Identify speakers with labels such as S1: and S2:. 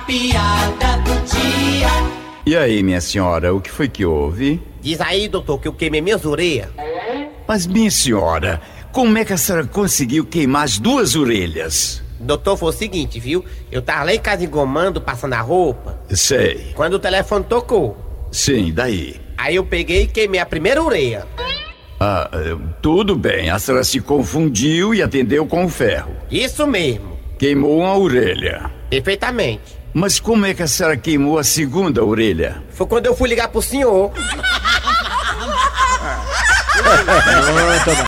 S1: piada do dia.
S2: E aí, minha senhora, o que foi que houve?
S3: Diz aí, doutor, que eu queimei minhas orelhas.
S2: Mas, minha senhora, como é que a senhora conseguiu queimar as duas orelhas?
S3: Doutor, foi o seguinte, viu? Eu tava lá em casa engomando, passando a roupa,
S2: Sei.
S3: quando o telefone tocou.
S2: Sim, daí.
S3: Aí eu peguei e queimei a primeira orelha.
S2: Ah, eh, tudo bem, a senhora se confundiu e atendeu com o ferro.
S3: Isso mesmo,
S2: Queimou uma orelha.
S3: perfeitamente.
S2: Mas como é que a senhora queimou a segunda orelha?
S3: Foi quando eu fui ligar pro senhor.